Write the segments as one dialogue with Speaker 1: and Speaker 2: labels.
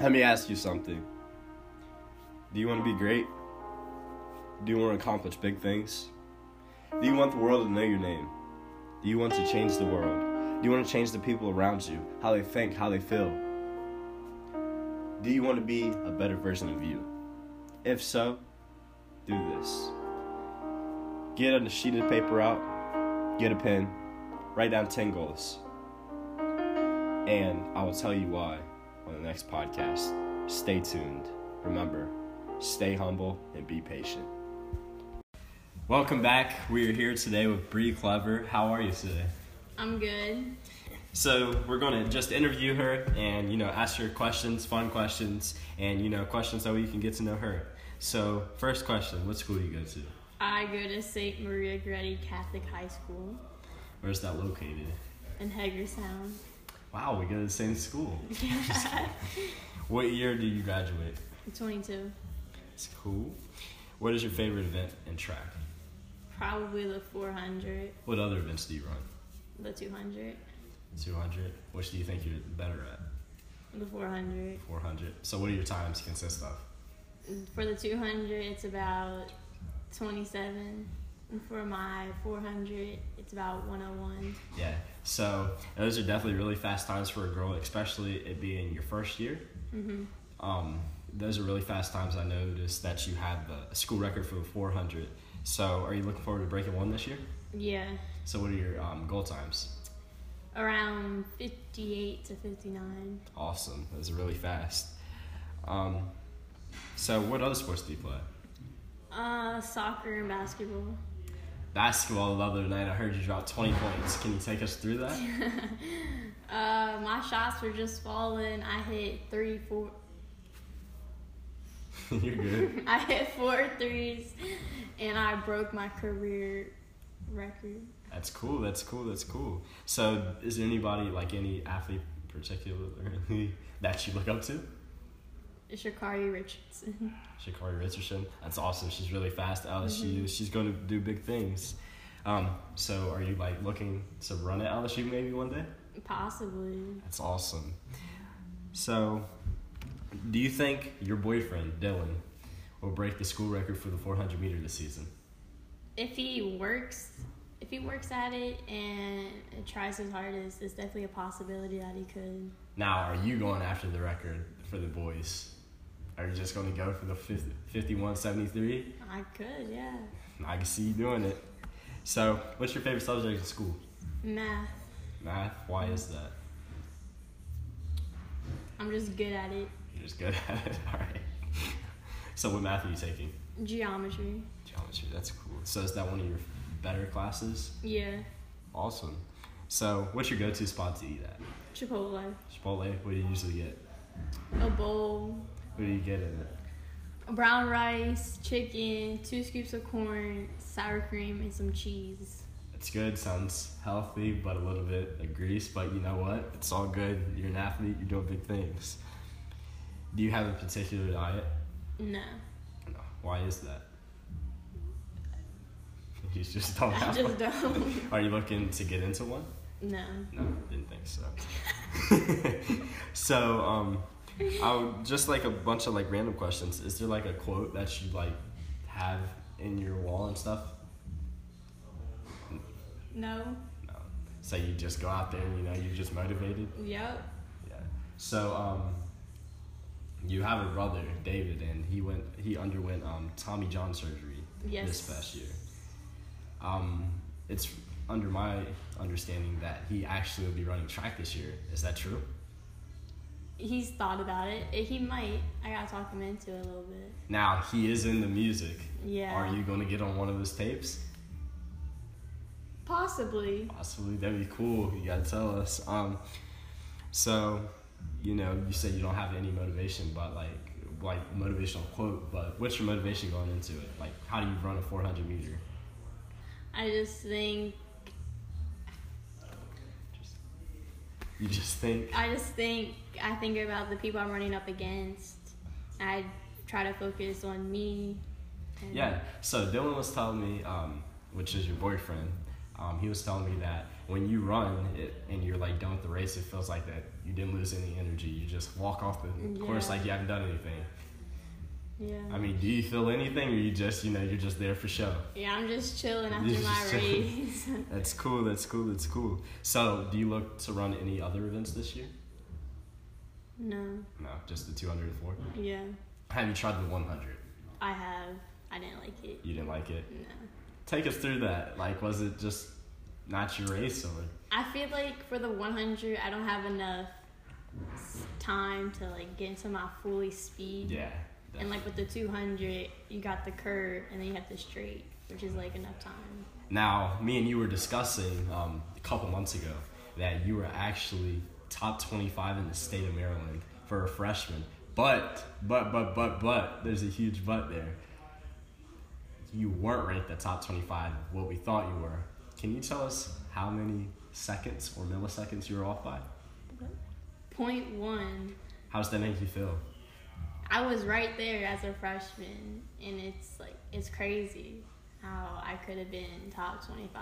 Speaker 1: Let me ask you something. Do you want to be great? Do you want to accomplish big things? Do you want the world to know your name? Do you want to change the world? Do you want to change the people around you, how they think, how they feel? Do you want to be a better version of you? If so, do this. Get a sheet of paper out, get a pen, write down 10 goals. And I will tell you why on the next podcast. Stay tuned. Remember, stay humble and be patient. Welcome back. We are here today with Bree Clever. How are you today?
Speaker 2: I'm good.
Speaker 1: So we're going to just interview her and you know ask her questions, fun questions, and you know questions that we can get to know her. So first question: What school do you go to?
Speaker 2: I go to St. Maria Goretti Catholic High School
Speaker 1: Where's that located?
Speaker 2: in Hagerstown.
Speaker 1: Wow, we go to the same school. What year do you graduate?
Speaker 2: 22.
Speaker 1: It's cool. What is your favorite event in track?
Speaker 2: Probably the 400,
Speaker 1: What other events do you run?
Speaker 2: the 200,
Speaker 1: 200. Which do you think you're better at?
Speaker 2: the 400.
Speaker 1: 400. So what do your times consist of?
Speaker 2: For the 200, it's about 27. And for my 400, it's about 101.
Speaker 1: Yeah. So those are definitely really fast times for a girl, especially it being your first year. Mm-hmm. Um, those are really fast times. I noticed that you had the school record for the 400. So are you looking forward to breaking one this year?
Speaker 2: Yeah,
Speaker 1: So what are your um, goal times?
Speaker 2: around 58 to 59.
Speaker 1: Awesome. Those are really fast. Um, so what other sports do you play?
Speaker 2: Uh, soccer and basketball.
Speaker 1: Basketball the other night, I heard you dropped 20 points. Can you take us through that?
Speaker 2: Uh, my shots were just falling. I hit three, four,
Speaker 1: You're good.
Speaker 2: I hit four threes and I broke my career record.
Speaker 1: That's cool. That's cool. That's cool. So, is there anybody like any athlete particularly that you look up to?
Speaker 2: Shakari Richardson.
Speaker 1: Shakari Richardson. That's awesome. She's really fast. LSU. She's going to do big things. Um, so, are you like looking to run at LSU maybe one day?
Speaker 2: Possibly.
Speaker 1: That's awesome. So, do you think your boyfriend Dylan will break the school record for the 400 meter this season?
Speaker 2: If he works if he works at it and tries his hardest, it's definitely a possibility that he could.
Speaker 1: Now, are you going after the record for the boys? Are you just going to go for the 50, 5173?
Speaker 2: I could, yeah.
Speaker 1: I can see you doing it. So, what's your favorite subject in school?
Speaker 2: Math.
Speaker 1: Math. Why is that?
Speaker 2: I'm just good at it.
Speaker 1: You're just good at it. All right. So, what math are you taking?
Speaker 2: Geometry.
Speaker 1: Geometry. That's cool. So, is that one of your better classes?
Speaker 2: Yeah.
Speaker 1: Awesome. So, what's your go-to spot to eat at?
Speaker 2: Chipotle.
Speaker 1: Chipotle. What do you usually get?
Speaker 2: A bowl.
Speaker 1: What do you get in it?
Speaker 2: Brown rice, chicken, two scoops of corn, sour cream, and some cheese.
Speaker 1: It's good. Sounds healthy, but a little bit of grease. But you know what? It's all good. You're an athlete. You're doing big things. Do you have a particular diet?
Speaker 2: No.
Speaker 1: No. Why is that? You just don't
Speaker 2: I
Speaker 1: have
Speaker 2: just
Speaker 1: one.
Speaker 2: don't.
Speaker 1: Are you looking to get into one?
Speaker 2: No.
Speaker 1: No, didn't think so. so, um, I would just like a bunch of like random questions. Is there like a quote that you like have in your wall and stuff?
Speaker 2: No.
Speaker 1: No. So you just go out there and you know you're just motivated.
Speaker 2: Yep.
Speaker 1: Yeah. So, um, you have a brother, David, and he went he underwent um Tommy John surgery.
Speaker 2: Yes.
Speaker 1: this past year. Um, it's under my understanding that he actually will be running track this year. Is that true?
Speaker 2: He's thought about it. Eh, He might. I gotta talk him into it a little bit.
Speaker 1: Now he is in the music.
Speaker 2: Yeah.
Speaker 1: Are you going to get on one of those tapes?
Speaker 2: Possibly.
Speaker 1: Possibly. That'd be cool. You gotta tell us. Um, so, you know, you said you don't have any motivation, but like, like motivational quote. But what's your motivation going into it? Like, how do you run a 400 meter?
Speaker 2: I just think.
Speaker 1: You just think.
Speaker 2: I just think. I think about the people I'm running up against. I try to focus on me. and-
Speaker 1: Yeah. So Dylan was telling me, um, which is your boyfriend, um, he was telling me that when you run it and you're like done with the race, it feels like that you didn't lose any energy. You just walk off the course
Speaker 2: Yeah.
Speaker 1: like you haven't done anything.
Speaker 2: Yeah.
Speaker 1: I mean, do you feel anything, or you just you know you're just there for show?
Speaker 2: yeah, I'm just chilling after
Speaker 1: You're
Speaker 2: my
Speaker 1: just chilling.
Speaker 2: race.
Speaker 1: That's cool. That's cool. That's cool. So, do you look to run any other events this year?
Speaker 2: no.
Speaker 1: No, just the 204.
Speaker 2: Yeah.
Speaker 1: Have you tried the 100?
Speaker 2: I have. I didn't like it.
Speaker 1: You didn't like it.
Speaker 2: No.
Speaker 1: Take us through that. Like, was it just not your race, or
Speaker 2: I feel like for the 100, I don't have enough s- time to like get into my fully speed.
Speaker 1: yeah?
Speaker 2: And like with the 200, you got the curve and then you have the straight, which is like enough time.
Speaker 1: Now, me and you were discussing um, a couple months ago that you were actually top 25 in the state of Maryland for a freshman. But, but, but, but, but, there's a huge but there. You weren't ranked the top 25 of what we thought you were. Can you tell us how many seconds or milliseconds you were off by?
Speaker 2: Point one,
Speaker 1: How does that make you feel?
Speaker 2: I was right there as a freshman, and it's like it's crazy how I could have been top 25.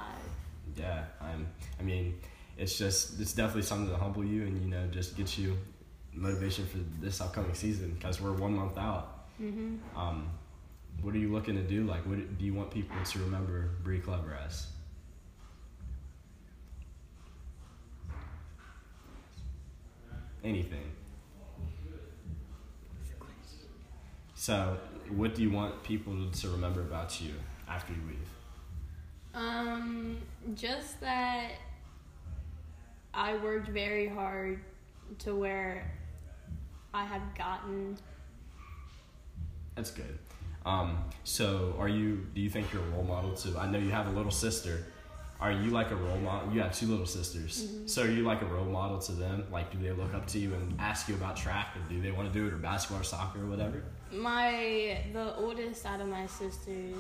Speaker 1: Yeah, I'm, I mean, it's just, it's definitely something to humble you and, you know, just get you motivation for this upcoming season because we're one month out.
Speaker 2: hmm
Speaker 1: um, what are you looking to do? Like, what do you want people to remember Bree Clever as? Anything. So, what do you want people to remember about you after you leave?
Speaker 2: Um, just that I worked very hard to where I have gotten.
Speaker 1: That's good. Um, so, are you? Do you think you're a role model to? I know you have a little sister. Are you like a role model? You have two little sisters. So, are you like a role model to them? Like, do they look up to you and ask you about track, or do they want to do it, or basketball, or soccer, or whatever?
Speaker 2: My the oldest out of my sisters,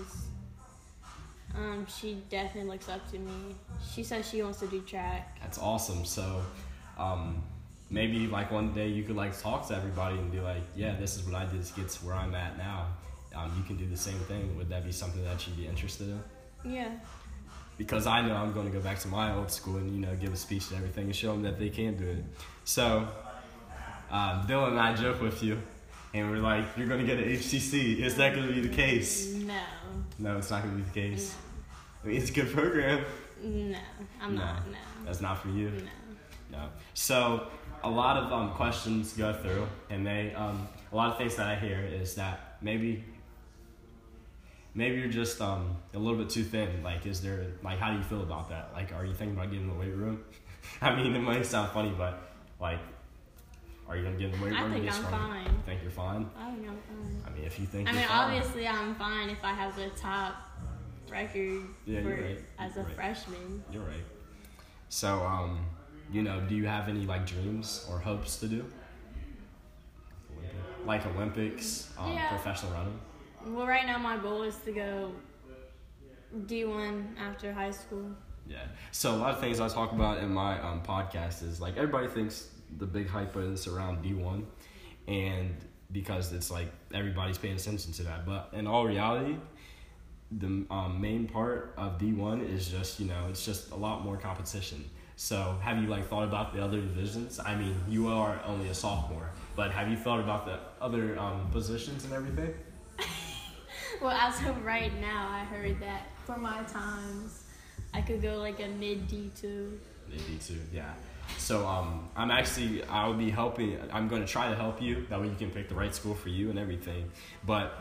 Speaker 2: um, she definitely looks up to me. She says she wants to do track.
Speaker 1: That's awesome. So, um, maybe like one day you could like talk to everybody and be like, "Yeah, this is what I did to get to where I'm at now. Um, you can do the same thing." Would that be something that you'd be interested in?
Speaker 2: Yeah,
Speaker 1: because I know I'm going to go back to my old school and you know give a speech and everything and show them that they can do it. So uh, Dylan and I joke with you, and we're like, "You're going to get an HCC. Is that going to be the case?"
Speaker 2: no,
Speaker 1: No, it's not going to be the case. I mean, it's a good program.
Speaker 2: no, I'm
Speaker 1: No.
Speaker 2: not. No,
Speaker 1: That's not for you.
Speaker 2: no.
Speaker 1: No. So a lot of um, questions go through, and they um, a lot of things that I hear is that maybe maybe you're just um, a little bit too thin. Like, is there like how do you feel about that? Like, are you thinking about getting in the weight room? I mean, it might sound funny, but like, are you gonna get in the weight
Speaker 2: I
Speaker 1: room? and
Speaker 2: think
Speaker 1: get
Speaker 2: I'm
Speaker 1: stronger?
Speaker 2: fine.
Speaker 1: You think you're fine?
Speaker 2: I think I'm fine.
Speaker 1: I mean, if you think
Speaker 2: I
Speaker 1: you're
Speaker 2: mean,
Speaker 1: fine,
Speaker 2: obviously, I'm fine if I have the top record
Speaker 1: Yeah,
Speaker 2: for,
Speaker 1: you're right.
Speaker 2: as a
Speaker 1: You're right.
Speaker 2: freshman.
Speaker 1: you're right. So um, you know, do you have any like dreams or hopes to do? Like Olympics, um,
Speaker 2: Yeah.
Speaker 1: professional running.
Speaker 2: Well, right now, my goal is to go D1 after high school.
Speaker 1: Yeah. So a lot of things I talk about in my um, podcast is like everybody thinks the big hype is around D one, and because it's like everybody's paying attention to that. But in all reality, the um, main part of D one is just you know it's just a lot more competition. So have you like thought about the other divisions? I mean, you are only a sophomore, but have you thought about the other um, positions and everything?
Speaker 2: Well, as of right now, I heard that for my times, I could go like a mid D2.
Speaker 1: They do too, yeah. So um, I'm actually I'll be helping. I'm going to try to help you. That way you can pick the right school for you and everything. But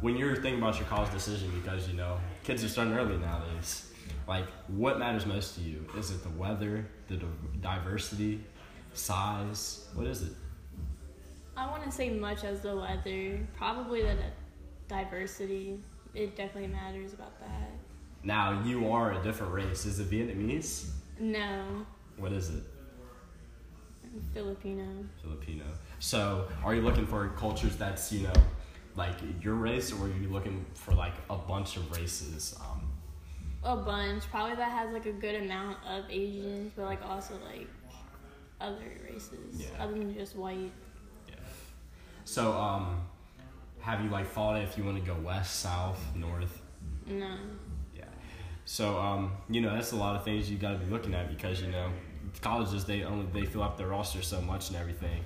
Speaker 1: when you're thinking about your college decision, because you know kids are starting early nowadays. Like, what matters most to you? Is it the weather, the di- diversity, size? What is it?
Speaker 2: I wouldn't say much as the weather, probably the diversity. It definitely matters about that.
Speaker 1: Now you are a different race. Is it Vietnamese?
Speaker 2: No,
Speaker 1: What is it?
Speaker 2: I'm Filipino.
Speaker 1: Filipino. So, are you looking for cultures that's you know, like your race, or are you looking for like a bunch of races? Um,
Speaker 2: A bunch. Probably that has like a good amount of Asians, but like also like other races
Speaker 1: Yeah.
Speaker 2: other than just white.
Speaker 1: yeah. So, um, have you like thought if you want to go west, south, north?
Speaker 2: No.
Speaker 1: Yeah. So um, you know that's a lot of things you got to be looking at because you know colleges they only they fill up their roster so much and everything,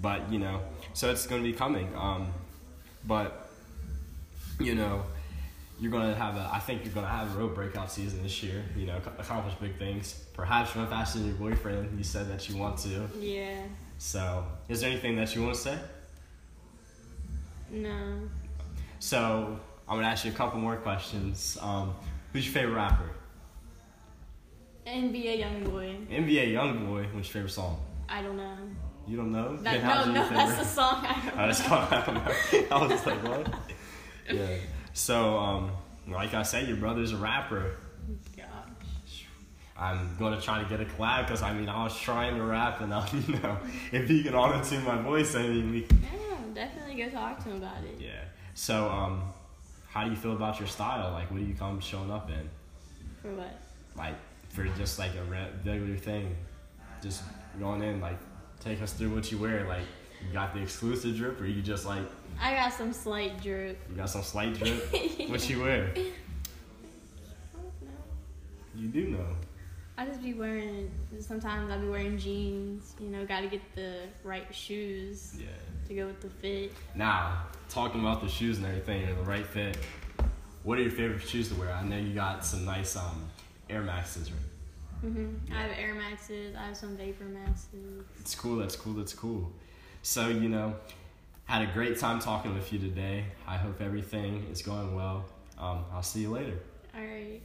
Speaker 1: but you know so it's going to be coming. Um, but you know you're going to have a I think you're going to have a real breakout season this year. You know ac- accomplish big things. Perhaps run faster than your boyfriend. You said that you want to.
Speaker 2: Yeah.
Speaker 1: So is there anything that you want to say?
Speaker 2: No.
Speaker 1: So I'm gonna ask you a couple more questions. Um, who's your favorite rapper?
Speaker 2: NBA young boy.
Speaker 1: NBA YoungBoy. What's your favorite song?
Speaker 2: I don't know.
Speaker 1: You don't know?
Speaker 2: That,
Speaker 1: Then how
Speaker 2: no,
Speaker 1: do you
Speaker 2: no, that's the
Speaker 1: favorite-
Speaker 2: song. I don't
Speaker 1: Oh, that's
Speaker 2: know.
Speaker 1: all I don't know. I was like, what? Yeah. So, um, like I said, your brother's a rapper.
Speaker 2: Gosh.
Speaker 1: I'm gonna try to get a collab because I mean I was trying to rap and um, you know if he can auto tune my voice, I mean we
Speaker 2: Yeah, definitely go talk to him about it.
Speaker 1: yeah. So um, how do you feel about your style? Like, what do you come showing up in?
Speaker 2: For what?
Speaker 1: like for just like a re- regular thing, just going in like take us through what you wear. Like you got the exclusive drip, or you just like
Speaker 2: I got some slight droop.
Speaker 1: you got some slight drip. what you wear?
Speaker 2: I don't know.
Speaker 1: You do know.
Speaker 2: I just be wearing. Sometimes I'll be wearing jeans. You know, got to get the right shoes
Speaker 1: Yeah.
Speaker 2: to go with the fit.
Speaker 1: Now talking about the shoes and everything, or the right fit. What are your favorite shoes to wear? I know you got some nice um Air Maxes. Right?
Speaker 2: hmm I have Air Maxes. I have some Vapor Maxes.
Speaker 1: It's cool. That's cool. That's cool. So you know, had a great time talking with you today. I hope everything is going well. Um, I'll see you later.
Speaker 2: All right.